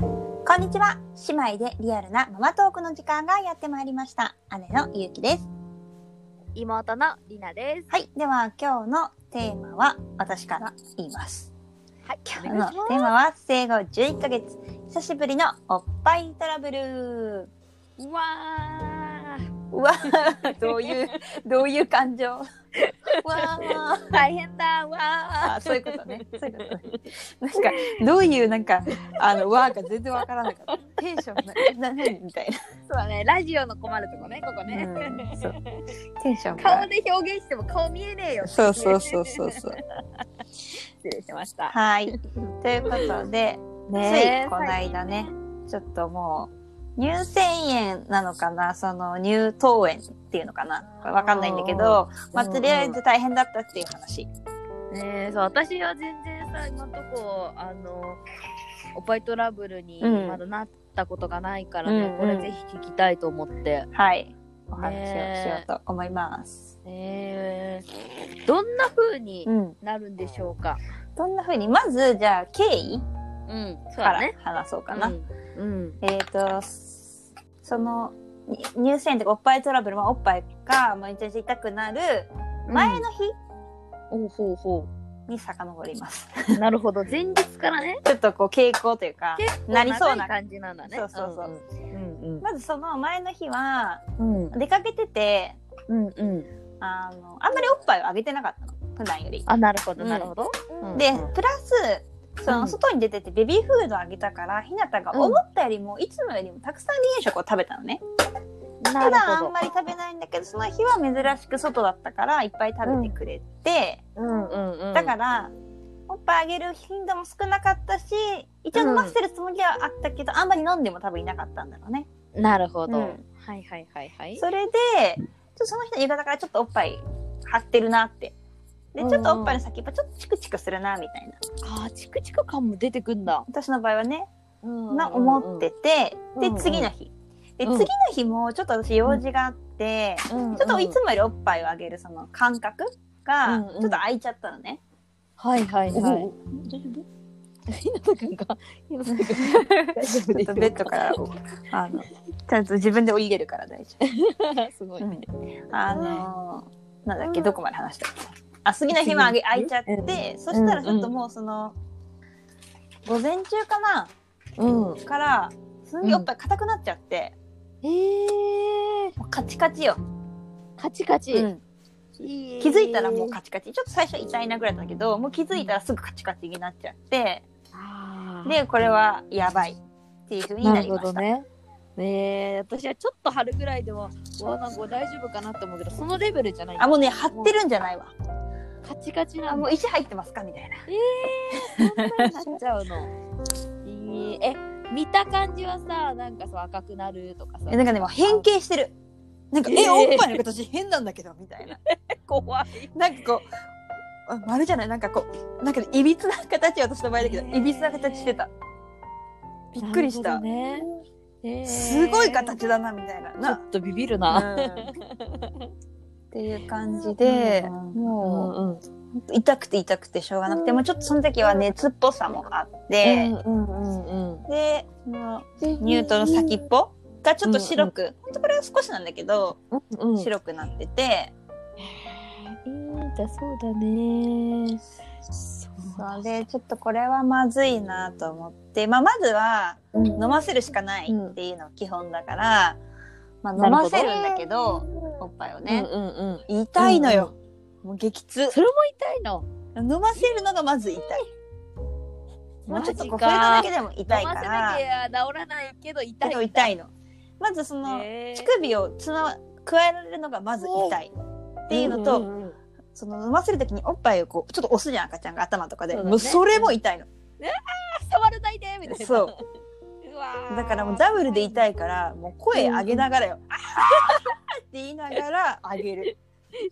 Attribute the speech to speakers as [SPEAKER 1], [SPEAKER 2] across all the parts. [SPEAKER 1] こんにちは姉妹でリアルなママトークの時間がやってまいりました姉のゆうきです
[SPEAKER 2] 妹のりなです。
[SPEAKER 1] はいでは今日のテーマは私から言います
[SPEAKER 2] はい、
[SPEAKER 1] 今日のテーマは生後11ヶ月久しぶりのおっぱいトラブル
[SPEAKER 2] うわ
[SPEAKER 1] うわどういう どういう感 情わあ
[SPEAKER 2] ー、大変だ、うわ
[SPEAKER 1] あそういうことね。そういうことね。なんかどういうなんかあのワーか全然わからなかった。テンションなな何みたい
[SPEAKER 2] ー。そうだね、ラジオの困るとこね、ここね。
[SPEAKER 1] うんそうテンション
[SPEAKER 2] 顔
[SPEAKER 1] が。
[SPEAKER 2] で表現しても顔見えねえよ。
[SPEAKER 1] そうそうそうそうそう。
[SPEAKER 2] 失礼しました。
[SPEAKER 1] はい。ということで、つ
[SPEAKER 2] ねえ
[SPEAKER 1] いこの間ね、ちょっともう乳腺炎なのかな、その乳頭炎っていうのかな、わかんないんだけど、まあとりあえず大変だったっていう話。
[SPEAKER 2] ねえ、そう、私は全然さ、今のとこ、あの、おっぱいトラブルに
[SPEAKER 1] うん
[SPEAKER 2] まだなったことがないからね、
[SPEAKER 1] うん
[SPEAKER 2] これぜひ聞きたいと思って。
[SPEAKER 1] はい。お話をしようと思います。
[SPEAKER 2] ねえ、どんな風に
[SPEAKER 1] うん。
[SPEAKER 2] なるんでしょうか。
[SPEAKER 1] どんな風にまずじゃあ経緯
[SPEAKER 2] うん、そう
[SPEAKER 1] か
[SPEAKER 2] だ
[SPEAKER 1] ら
[SPEAKER 2] ね。
[SPEAKER 1] 話そうかな。
[SPEAKER 2] うん。うん
[SPEAKER 1] えっ、と、s- その、に乳腺とかおっぱいトラブル、まあ、おっぱいが毎日痛くなる前の日
[SPEAKER 2] おうほうほ
[SPEAKER 1] に遡ります。
[SPEAKER 2] う。 なるほど。前日からね。
[SPEAKER 1] ちょっとこう傾向というか、
[SPEAKER 2] 結構
[SPEAKER 1] なりそうな
[SPEAKER 2] 長い感じなんだね。
[SPEAKER 1] そうそうそう。
[SPEAKER 2] うん
[SPEAKER 1] まずその前の日は、
[SPEAKER 2] うん。うん
[SPEAKER 1] 出かけてて、
[SPEAKER 2] うんうん。
[SPEAKER 1] あの、あんまりおっぱいをあげてなかったの、普段より。
[SPEAKER 2] あ、なるほど、
[SPEAKER 1] うん
[SPEAKER 2] なるほど。
[SPEAKER 1] で
[SPEAKER 2] うん、
[SPEAKER 1] プラス、そうの
[SPEAKER 2] ん
[SPEAKER 1] 外に出ててベビーフードあげたから、ひなたが思ったよりも、いつもよりもたくさん離乳食を食べたのね。
[SPEAKER 2] な
[SPEAKER 1] 普
[SPEAKER 2] る
[SPEAKER 1] 段あ
[SPEAKER 2] ほ
[SPEAKER 1] んまり食べないんだけど、その日は珍しく外だったから、いっぱい食べてくれて、
[SPEAKER 2] ど。うんうんうん。
[SPEAKER 1] だから、おっぱいあげる頻度も少なかったし、一応飲ませてるつもりはあったけど、あんまり飲んでも多分いなかったんだろうね。
[SPEAKER 2] ら。なるほど。
[SPEAKER 1] う
[SPEAKER 2] は
[SPEAKER 1] ん
[SPEAKER 2] いはいはいはい。
[SPEAKER 1] それで、ちょっとその日の夕方からちょっとおっぱい張ってるなって。で、ちょっとおっぱいの先っぽちょっとチクチクするな、みたいな。
[SPEAKER 2] あー、チクチク感も出てくんだ。
[SPEAKER 1] 私の場合はね、
[SPEAKER 2] うん
[SPEAKER 1] な思って。て、
[SPEAKER 2] うん
[SPEAKER 1] で
[SPEAKER 2] うん、
[SPEAKER 1] 次の日。で、
[SPEAKER 2] うん
[SPEAKER 1] 次の日もちょっと私用事があって、
[SPEAKER 2] ちょ
[SPEAKER 1] ちょっといつもよりおっぱいをあげるその感覚が、
[SPEAKER 2] う
[SPEAKER 1] ち
[SPEAKER 2] んうん
[SPEAKER 1] ょっと空いちゃったのね。
[SPEAKER 2] はいはい
[SPEAKER 1] お
[SPEAKER 2] はい。
[SPEAKER 1] 大丈夫
[SPEAKER 2] ひなたくんが、ひなたくんが大丈夫
[SPEAKER 1] ちょ
[SPEAKER 2] で
[SPEAKER 1] っ
[SPEAKER 2] し
[SPEAKER 1] と
[SPEAKER 2] ょう
[SPEAKER 1] ベッドから、あの、ちゃんと自分で降りれるから大丈夫。
[SPEAKER 2] ら。 すごい。
[SPEAKER 1] あのー、なんだっけ、どこまで話したっけあ、次の日もあげ開いちゃって、そしたらちょっともうその、午前中かな
[SPEAKER 2] うん。
[SPEAKER 1] から、すんげえおっぱい硬くなっちゃって、
[SPEAKER 2] ええ。
[SPEAKER 1] もうカチカチよ、
[SPEAKER 2] カチカチ。
[SPEAKER 1] 気
[SPEAKER 2] 気
[SPEAKER 1] づいたらもうカチカチ。ちょっと最初痛いなぐらいだったけど、もう気づいたらすぐカチカチになっちゃって、
[SPEAKER 2] あー
[SPEAKER 1] で、これはやばいっていうふうにな
[SPEAKER 2] な
[SPEAKER 1] り
[SPEAKER 2] る
[SPEAKER 1] ま
[SPEAKER 2] ほ
[SPEAKER 1] した。
[SPEAKER 2] どね。ねえ私はちょっと春ぐらいでもうわなんか大丈夫かなって思うけどそのレベルじゃない
[SPEAKER 1] あ、もうね、張ってるんじゃないわ。
[SPEAKER 2] カチカチ
[SPEAKER 1] あ、
[SPEAKER 2] な
[SPEAKER 1] も
[SPEAKER 2] の
[SPEAKER 1] う石入ってますかみたいな。
[SPEAKER 2] になっちゃうのいいえ見た感じはさなんかさ赤くなるとかさ
[SPEAKER 1] えなんかねもう変形してるなんか、え
[SPEAKER 2] えー
[SPEAKER 1] おっぱいの形変なんだけどみたいな
[SPEAKER 2] 怖い
[SPEAKER 1] なんかこうあ丸じゃないなんかこうなんかねいびつな形私の場合だけ
[SPEAKER 2] え
[SPEAKER 1] ど
[SPEAKER 2] ー
[SPEAKER 1] いびつな形してたびっくりした、
[SPEAKER 2] なるほどね、えー
[SPEAKER 1] すごい形だなみたいな
[SPEAKER 2] ちょ
[SPEAKER 1] な、
[SPEAKER 2] っとビビる な、
[SPEAKER 1] っていう感じで、
[SPEAKER 2] うん
[SPEAKER 1] も
[SPEAKER 2] うんうん
[SPEAKER 1] うほんと痛くて痛くてしょうがなくてもうちょっとその時は熱っぽさもあって、
[SPEAKER 2] うんうんうん
[SPEAKER 1] でそのニュートの先っぽがちょっと白く、ほんとこれは少しなんだけど、
[SPEAKER 2] うんうん
[SPEAKER 1] 白くなってて
[SPEAKER 2] えーだそうだねそう
[SPEAKER 1] そうでちょっとこれはまずいなと思って、まあ、まずは
[SPEAKER 2] 飲
[SPEAKER 1] 飲ませるしかないっていうのが基本だから、まあ、飲ませるんだけどおっぱいを
[SPEAKER 2] ね、
[SPEAKER 1] ね、
[SPEAKER 2] うんうんうん、
[SPEAKER 1] 痛いのよ、もう激痛
[SPEAKER 2] それも痛いの
[SPEAKER 1] 飲ませるのがまず痛いもうちょっとこう触
[SPEAKER 2] マジか
[SPEAKER 1] れただけでも痛い
[SPEAKER 2] 飲
[SPEAKER 1] か
[SPEAKER 2] ませなき
[SPEAKER 1] ら
[SPEAKER 2] ゃ治らないけど痛
[SPEAKER 1] け
[SPEAKER 2] い
[SPEAKER 1] ど痛いのまずその
[SPEAKER 2] えー
[SPEAKER 1] 乳首をつま加えられるのがまず痛いっていうのと、
[SPEAKER 2] んんうん
[SPEAKER 1] その飲ませる時におっぱいをこうちょっと押すじゃん赤ちゃんが頭とかで
[SPEAKER 2] そうだね
[SPEAKER 1] もうそれも痛いの
[SPEAKER 2] あ触らないでみたいな
[SPEAKER 1] そう
[SPEAKER 2] うわー
[SPEAKER 1] だからもうダブルで痛いからもう声上げながらよ「あーって言いながら上げる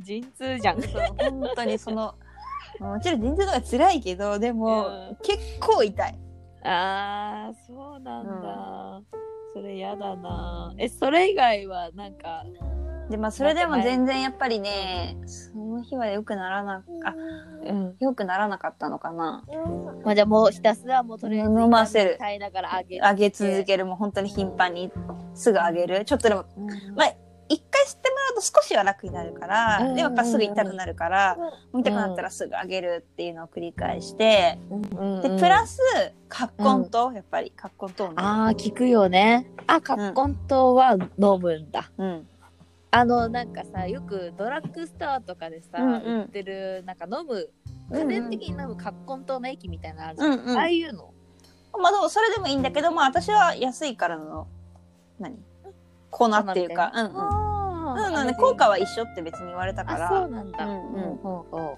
[SPEAKER 2] 陣痛じゃん
[SPEAKER 1] そう本当にその もちろん陣痛の方が辛いけどでも、
[SPEAKER 2] う
[SPEAKER 1] 結構痛い
[SPEAKER 2] んあーそうなんだ、それやだなえそれ以外はなんか
[SPEAKER 1] で、まあ、それでも全然やっぱりね、その日は良くならな、あ、
[SPEAKER 2] うん。
[SPEAKER 1] 良くならなかったのかな。
[SPEAKER 2] まあじゃあもうひたすらもうとりあえず
[SPEAKER 1] 飲ませる
[SPEAKER 2] 耐えながらあげる。
[SPEAKER 1] 上げ続ける、もう本当に頻繁に、すぐ上げる。ちょっとでも、まあ、一回吸ってもらうと少しは楽になるから、
[SPEAKER 2] うん
[SPEAKER 1] で、やっぱすぐ痛くなるから、もう痛くなったらすぐ上げるっていうのを繰り返して、
[SPEAKER 2] うん
[SPEAKER 1] で、プラス、葛根と、やっぱり、葛根とね。
[SPEAKER 2] ああ、聞くよね。あ、カッコン糖は飲むんだ。
[SPEAKER 1] うん。
[SPEAKER 2] あの、なんかさ、よくドラッグストアとかでさ、
[SPEAKER 1] うんうん
[SPEAKER 2] 売ってる、なんか飲む、
[SPEAKER 1] うんう
[SPEAKER 2] 家
[SPEAKER 1] ん
[SPEAKER 2] 電的に飲むカッコン糖の液みたいなのあるじゃ。
[SPEAKER 1] うんんうん。
[SPEAKER 2] ああいうの。
[SPEAKER 1] まあでもそれでもいいんだけど、まあ私は安いからの、何粉っていうか、うんうん。
[SPEAKER 2] あ
[SPEAKER 1] うん
[SPEAKER 2] あ
[SPEAKER 1] うん、
[SPEAKER 2] れ
[SPEAKER 1] ね、
[SPEAKER 2] で
[SPEAKER 1] 効果は一緒って別に言われたか
[SPEAKER 2] あ、そう
[SPEAKER 1] ら、
[SPEAKER 2] なんだ。
[SPEAKER 1] うんうん
[SPEAKER 2] ほうほ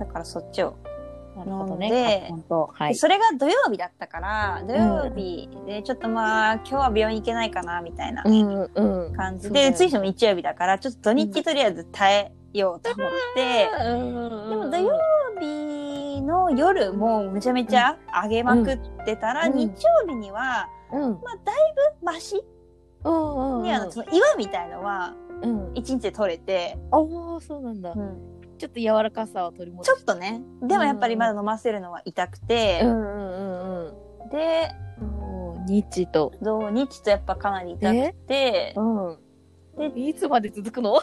[SPEAKER 1] だからそっちを。
[SPEAKER 2] うなるほど
[SPEAKER 1] 飲んで
[SPEAKER 2] ね。カッコン糖。は
[SPEAKER 1] で
[SPEAKER 2] い。
[SPEAKER 1] それが土曜日だったから、土曜日でちょっとまあ今日は病院行けないかなみたいな
[SPEAKER 2] うんうん。
[SPEAKER 1] 感じ
[SPEAKER 2] そうだよ
[SPEAKER 1] で、
[SPEAKER 2] ね
[SPEAKER 1] 次の日曜日だから、ちょっと土日とりあえず耐えようと思って、
[SPEAKER 2] で
[SPEAKER 1] でも土曜日の夜もうめちゃめちゃ上げまくってたら、
[SPEAKER 2] うん
[SPEAKER 1] 日曜日には、
[SPEAKER 2] うん
[SPEAKER 1] まあだいぶマシ
[SPEAKER 2] うんうん
[SPEAKER 1] にあのその岩みたいのは、
[SPEAKER 2] うん
[SPEAKER 1] 一日で取れて、
[SPEAKER 2] ああそうなんだちょっと柔らかさを取り戻
[SPEAKER 1] ちょ
[SPEAKER 2] す
[SPEAKER 1] っとねでもやっぱりまだ飲ませるのは痛くて、
[SPEAKER 2] うんうんうん
[SPEAKER 1] で
[SPEAKER 2] うん日と
[SPEAKER 1] 土日とやっぱかなり痛くて
[SPEAKER 2] うんいつまで続くの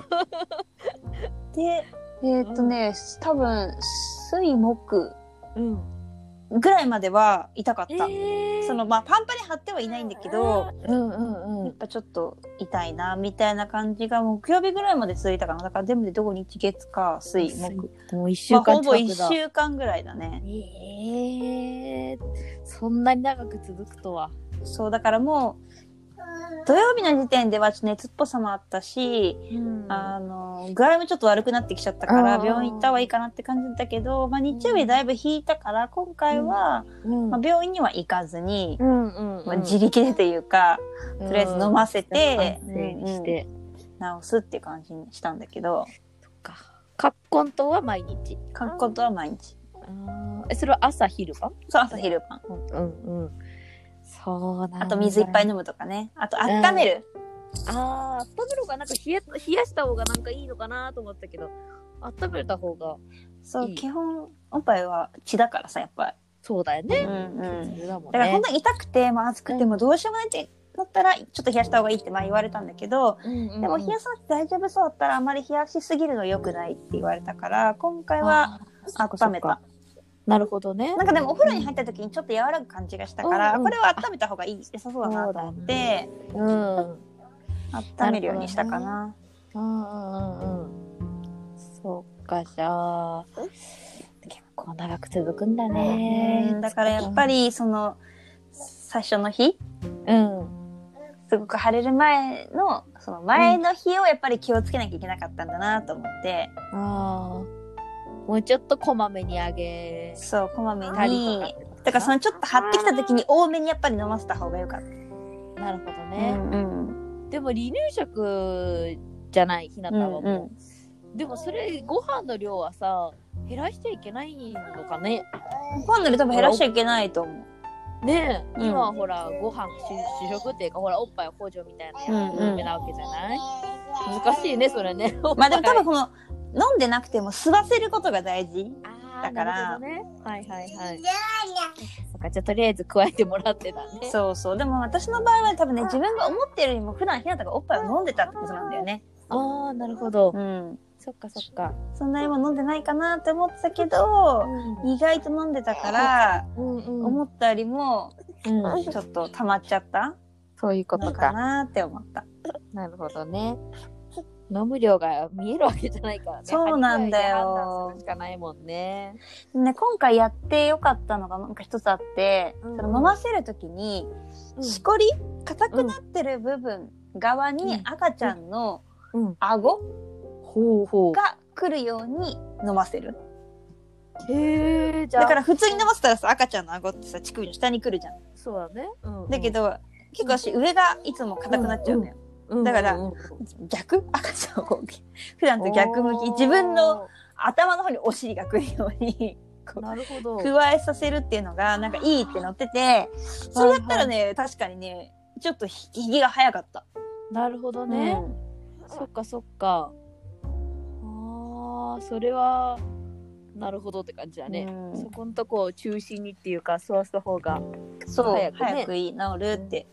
[SPEAKER 1] でえーっとね、多分水木
[SPEAKER 2] うん
[SPEAKER 1] ぐらいまでは痛かっ
[SPEAKER 2] え
[SPEAKER 1] た、
[SPEAKER 2] ー
[SPEAKER 1] そのまあパンパに張ってはいないんだけど、
[SPEAKER 2] うんうんう
[SPEAKER 1] やっ
[SPEAKER 2] ん
[SPEAKER 1] ぱちょっと痛いなみたいな感じが木曜日ぐらいまで続いたかなだから全部で土日月か水木
[SPEAKER 2] もう一週
[SPEAKER 1] まあ
[SPEAKER 2] 間
[SPEAKER 1] ほぼ
[SPEAKER 2] 近
[SPEAKER 1] 1
[SPEAKER 2] くだ
[SPEAKER 1] 週間ぐらいだね
[SPEAKER 2] えーそんなに長く続くとは
[SPEAKER 1] そうだからもう土曜日の時点ではちょっと熱っぽさもあったし、あの具合もちょっと悪くなってきちゃったから
[SPEAKER 2] あー
[SPEAKER 1] 病院行った方がいいかなって感じだったけど、まあ、日曜日だいぶ引いたから今回は、
[SPEAKER 2] うん
[SPEAKER 1] まあ、病院には行かずに、
[SPEAKER 2] うんうん
[SPEAKER 1] まあ、自力でというか、
[SPEAKER 2] と
[SPEAKER 1] とりあえず飲ませて
[SPEAKER 2] して
[SPEAKER 1] 治すっていう感じにしたんだけど
[SPEAKER 2] そっかカッコン糖は毎日
[SPEAKER 1] 書くことは毎日
[SPEAKER 2] あーえそれは朝昼晩
[SPEAKER 1] そう朝昼晩
[SPEAKER 2] うんうんそうなんだ
[SPEAKER 1] あと水いっぱい飲むとかねあと温める、
[SPEAKER 2] ああ温める方がなんか冷や冷やした方がなんかいいのかなと思ったけど温めた方が
[SPEAKER 1] そう
[SPEAKER 2] いい
[SPEAKER 1] 基本おっぱいは血だからさやっぱ
[SPEAKER 2] そうだよ
[SPEAKER 1] り、
[SPEAKER 2] ね、
[SPEAKER 1] うんうん
[SPEAKER 2] それだも
[SPEAKER 1] だ
[SPEAKER 2] ん
[SPEAKER 1] から
[SPEAKER 2] ね
[SPEAKER 1] 本当に痛くて、まあ、熱くてもどうしようもないってなったらちょっと冷やした方がいいってまあ言われたんだけど、
[SPEAKER 2] で
[SPEAKER 1] でも冷やさなくて大丈夫そうだったらあまり冷やしすぎるの良くないって言われたから今回は温めた
[SPEAKER 2] なるほどね
[SPEAKER 1] なんかでもお風呂に入った時にちょっと柔らぐ感じがしたから、
[SPEAKER 2] うん
[SPEAKER 1] これは温めた方がいい良さそうだなと思って、
[SPEAKER 2] うんうん
[SPEAKER 1] 温めるようにしたかな
[SPEAKER 2] うんうんそっかじゃあ結構長く続くんだね、
[SPEAKER 1] うんだからやっぱりその最初の日
[SPEAKER 2] うん
[SPEAKER 1] すごく腫れる前のその前の日をやっぱり気をつけなきゃいけなかったんだなと思って、
[SPEAKER 2] あーもうちょっとこまめにあげ
[SPEAKER 1] そうこまめ
[SPEAKER 2] たりと
[SPEAKER 1] に
[SPEAKER 2] かってこと
[SPEAKER 1] だからそのちょっと張ってきた時に多めにやっぱり飲ませた方が良かった
[SPEAKER 2] なるほどね、
[SPEAKER 1] ね。うん
[SPEAKER 2] でも離乳食じゃないひなたはもう、
[SPEAKER 1] うん
[SPEAKER 2] でもそれご飯の量はさ減らしちゃいけないのかね
[SPEAKER 1] ファンの量多分減らしちゃいけないと思
[SPEAKER 2] ねえ、
[SPEAKER 1] うん
[SPEAKER 2] 今はほらご飯主主食っていうかほらおっぱい補助みたいなやつ
[SPEAKER 1] うんうん
[SPEAKER 2] なわけじゃない、難しいねそれ ね
[SPEAKER 1] う。まあでも多分この飲んでなくても吸わせることが大事。
[SPEAKER 2] あ
[SPEAKER 1] だから
[SPEAKER 2] なるほどねはいはいはいそっかじゃあとりあえず加えてもらってたね
[SPEAKER 1] そうそう。でも私の場合は多分ね自分が思ってるよりも普段ひなたがおっぱいを飲んでたってことなんだよね。
[SPEAKER 2] ああなるほど、
[SPEAKER 1] うん。
[SPEAKER 2] そっかそっか、
[SPEAKER 1] そんなにも飲んでないかなって思ってたけど、意外と飲んでたから
[SPEAKER 2] うんうん
[SPEAKER 1] 思ったよりも
[SPEAKER 2] うん
[SPEAKER 1] ちょっと溜まっちゃった
[SPEAKER 2] そういうこ
[SPEAKER 1] の
[SPEAKER 2] と
[SPEAKER 1] か
[SPEAKER 2] か
[SPEAKER 1] なって思った。
[SPEAKER 2] なるほどね。飲む量が見えるわけじゃないからね。
[SPEAKER 1] そうなんだよ
[SPEAKER 2] 針具合で判断するしかないもんね。
[SPEAKER 1] ね、今回やってよかったのがなんか一つあって、
[SPEAKER 2] うん
[SPEAKER 1] その飲ませるときに、しこり硬くなってる部分側に
[SPEAKER 2] うん
[SPEAKER 1] 赤ちゃんの
[SPEAKER 2] うん。
[SPEAKER 1] 顎
[SPEAKER 2] ほうほ
[SPEAKER 1] が来るように飲ませる。
[SPEAKER 2] う。へえ、じゃあ。
[SPEAKER 1] だから普通に飲ませたらさ、赤ちゃんの顎ってさ、乳首の下に来るじゃん。
[SPEAKER 2] そうだね。うん
[SPEAKER 1] だけ、ど、結構私上がいつも硬くなっちゃうのよ。だから逆赤ちゃんを、 普段と逆向き、自分の頭の方にお尻が来るように、こう
[SPEAKER 2] なるほど。
[SPEAKER 1] 加えさせるっていうのがなんかいいって載っててそれやったらね、確かにねちょっとひひげが早かった
[SPEAKER 2] なるほどね。
[SPEAKER 1] うん
[SPEAKER 2] そっかそっか。ああ、それは、なるほどって感じだね。
[SPEAKER 1] うん
[SPEAKER 2] そこんとこを中心にっていうか、そうした方が。
[SPEAKER 1] そう
[SPEAKER 2] 早
[SPEAKER 1] 早
[SPEAKER 2] く
[SPEAKER 1] く,、
[SPEAKER 2] ね
[SPEAKER 1] 治るって、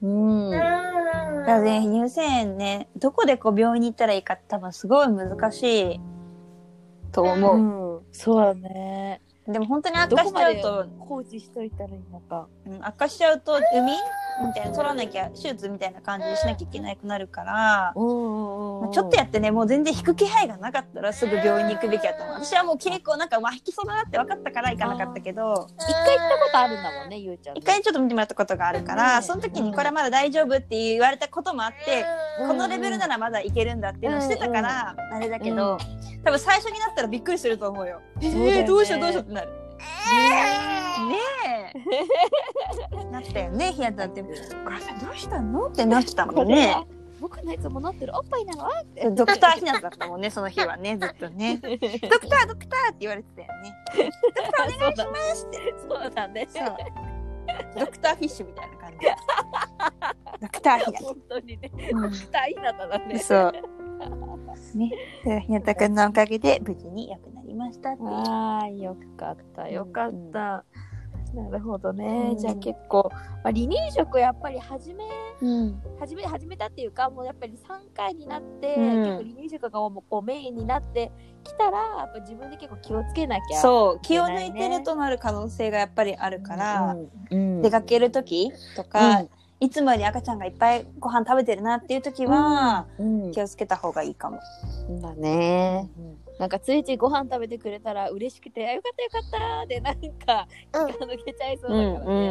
[SPEAKER 2] うん。
[SPEAKER 1] だからね乳腺炎ねどこでこう病院に行ったらいいかって多分すごい難しいと思う、
[SPEAKER 2] そうだね。
[SPEAKER 1] でも本当に悪化しちゃう
[SPEAKER 2] ど
[SPEAKER 1] と
[SPEAKER 2] 放置しといたらいいのか。
[SPEAKER 1] うん悪化しちゃうと海みたいな取らなきゃ手術みたいな感じにしなきゃいけなくなるから、
[SPEAKER 2] うん
[SPEAKER 1] まあちょっとやってねもう全然引く気配がなかったらすぐ病院に行くべきだと思う私はもう結構なんか、まあ、引きそうだなって分かったから行かなかったけど
[SPEAKER 2] 一回行ったことあるんだもんね、ゆうちゃんね。
[SPEAKER 1] 一回ちょっと見てもらったことがあるからその時にこれまだ大丈夫って言われたこともあってこのレベルな
[SPEAKER 2] ら。
[SPEAKER 1] らまだいけるんだっていうのをしてたからあれだけど多分最初になったらびっくりすると思うよ。え
[SPEAKER 2] だよね
[SPEAKER 1] ーどうしようどうしようってなる。ね えなったよねひやたって「お母さんどうしたの?」ってなってたも
[SPEAKER 2] こ
[SPEAKER 1] ん
[SPEAKER 2] れ
[SPEAKER 1] ね
[SPEAKER 2] は。僕のいつもなってるおっぱいなのあって。
[SPEAKER 1] ドクターひなただったもんねその日は ねずっとね。ドクタードクターって言われてたよね。
[SPEAKER 2] そうだそうだね。
[SPEAKER 1] そう。ドクターフィッシュみたいな感じ。ドクターひなた。
[SPEAKER 2] 本当にね。ドクターひなただね。
[SPEAKER 1] そう。ね、でひなたくんのおかげで無事に良くなりましたっていう。
[SPEAKER 2] ああ、よかった、よかった。なるほどね。
[SPEAKER 1] うん
[SPEAKER 2] じゃあ結構、まあ、離乳食やっぱり始め、
[SPEAKER 1] うん、
[SPEAKER 2] 始め、始めたっていうか、もうやっぱり3回になって、
[SPEAKER 1] うん
[SPEAKER 2] 結構離乳食がもうこうメインになってきたら、やっぱ自分で結構気をつけなきゃ。
[SPEAKER 1] そう気を抜いてるとなる可能性がやっぱりあるから、
[SPEAKER 2] うん、
[SPEAKER 1] 出かける時とか、いつもより赤ちゃんがいっぱいご飯食べてるなっていう時は、
[SPEAKER 2] うん、
[SPEAKER 1] 気をつけた方がいいかも。
[SPEAKER 2] だね。なんかついついご飯食べてくれたら嬉しくて、あよかったよかったでなんか、
[SPEAKER 1] うん
[SPEAKER 2] 気が抜けちゃいそう
[SPEAKER 1] う
[SPEAKER 2] だ
[SPEAKER 1] ん
[SPEAKER 2] からね。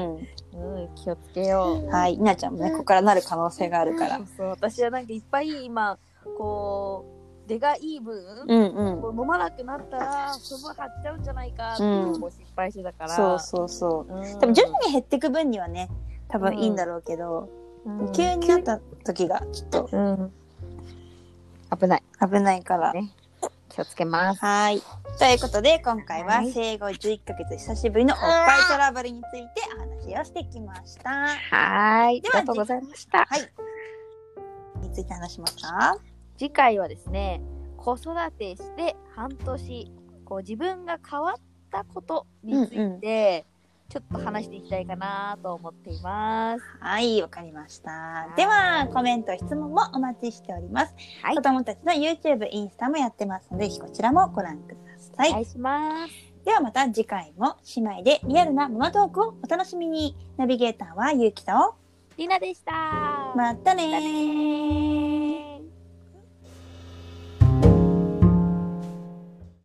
[SPEAKER 1] うん
[SPEAKER 2] うん、気をつけよう。
[SPEAKER 1] はい、いなちゃんもね、ここからなる可能性があるから
[SPEAKER 2] そう。そう私はなんかいっぱい今こう出がいい分、
[SPEAKER 1] うんうん。
[SPEAKER 2] こう飲まなくなったらその張っちゃうんじゃないかっていうのをこう心配してたから、
[SPEAKER 1] そうそうそう。
[SPEAKER 2] うん
[SPEAKER 1] 多分徐々に減っていく分にはね、多分いいんだろうけど、
[SPEAKER 2] うん
[SPEAKER 1] 急になった時がちょっと
[SPEAKER 2] うん危ない
[SPEAKER 1] 危ないから。
[SPEAKER 2] ね気をつけます
[SPEAKER 1] はい。ということで、今回は
[SPEAKER 2] はい
[SPEAKER 1] 生後11ヶ月久しぶりのおっぱいトラブルについてお話をしてきました。は
[SPEAKER 2] はーい
[SPEAKER 1] で
[SPEAKER 2] あ
[SPEAKER 1] は
[SPEAKER 2] りがとうございました、
[SPEAKER 1] い。について話しますか
[SPEAKER 2] 次回はですね子育てして半年こう自分が変わったことについて、
[SPEAKER 1] うんうん
[SPEAKER 2] ちょっと話していきたいかなと思っています。
[SPEAKER 1] はい、わかりました。では、コメント、質問もお待ちしております。
[SPEAKER 2] はい
[SPEAKER 1] 子供たちの YouTube、インスタもやってますので、ぜひこちらもご覧くださ
[SPEAKER 2] お
[SPEAKER 1] い。
[SPEAKER 2] 願いします。
[SPEAKER 1] ではまた次回も姉妹でリアルなママトークをお楽しみに。ナビゲーターはゆうきと、
[SPEAKER 2] りなでした。
[SPEAKER 1] またねー。